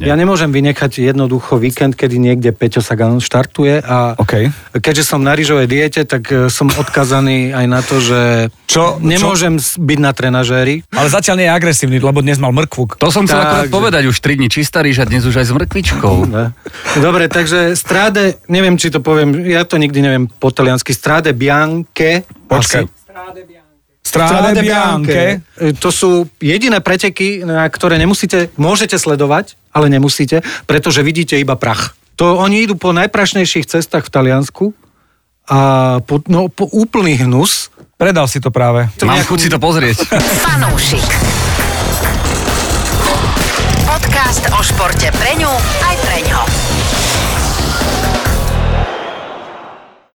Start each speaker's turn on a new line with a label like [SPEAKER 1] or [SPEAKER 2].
[SPEAKER 1] Ja nemôžem vynechať jednoducho víkend, kedy niekde Peťo Sagan štartuje a
[SPEAKER 2] OK.
[SPEAKER 1] keďže som na rýžovej diete, tak e, som odkazaný aj na to, že
[SPEAKER 2] Čo-
[SPEAKER 1] nemôžem s- byť na trenažéri.
[SPEAKER 3] Ale zatiaľ nie je agresívny, lebo dnes mal mrkvuk.
[SPEAKER 4] To som
[SPEAKER 1] Takže-
[SPEAKER 4] chcel
[SPEAKER 1] No.
[SPEAKER 4] akorát povedať, už 3 dní čistá ríža, dnes už aj s mrkvičkou.
[SPEAKER 1] Ne? Dobre, takže stráde, neviem, či to poviem, ja to nikdy neviem po taliansky, stráde bianche.
[SPEAKER 2] Počkaj.
[SPEAKER 1] asi.
[SPEAKER 3] Strade Bianke.
[SPEAKER 1] E, To sú jediné preteky, na ktoré nemusíte, môžete sledovať, ale nemusíte, pretože vidíte iba prach. To oni idú po najprašnejších cestách v Taliansku a po, no, po úplný hnus.
[SPEAKER 3] Predal si to práve.
[SPEAKER 4] Mám chuť si to pozrieť.
[SPEAKER 5] Fanúšik. Podcast o športe pre ňu aj pre ňo.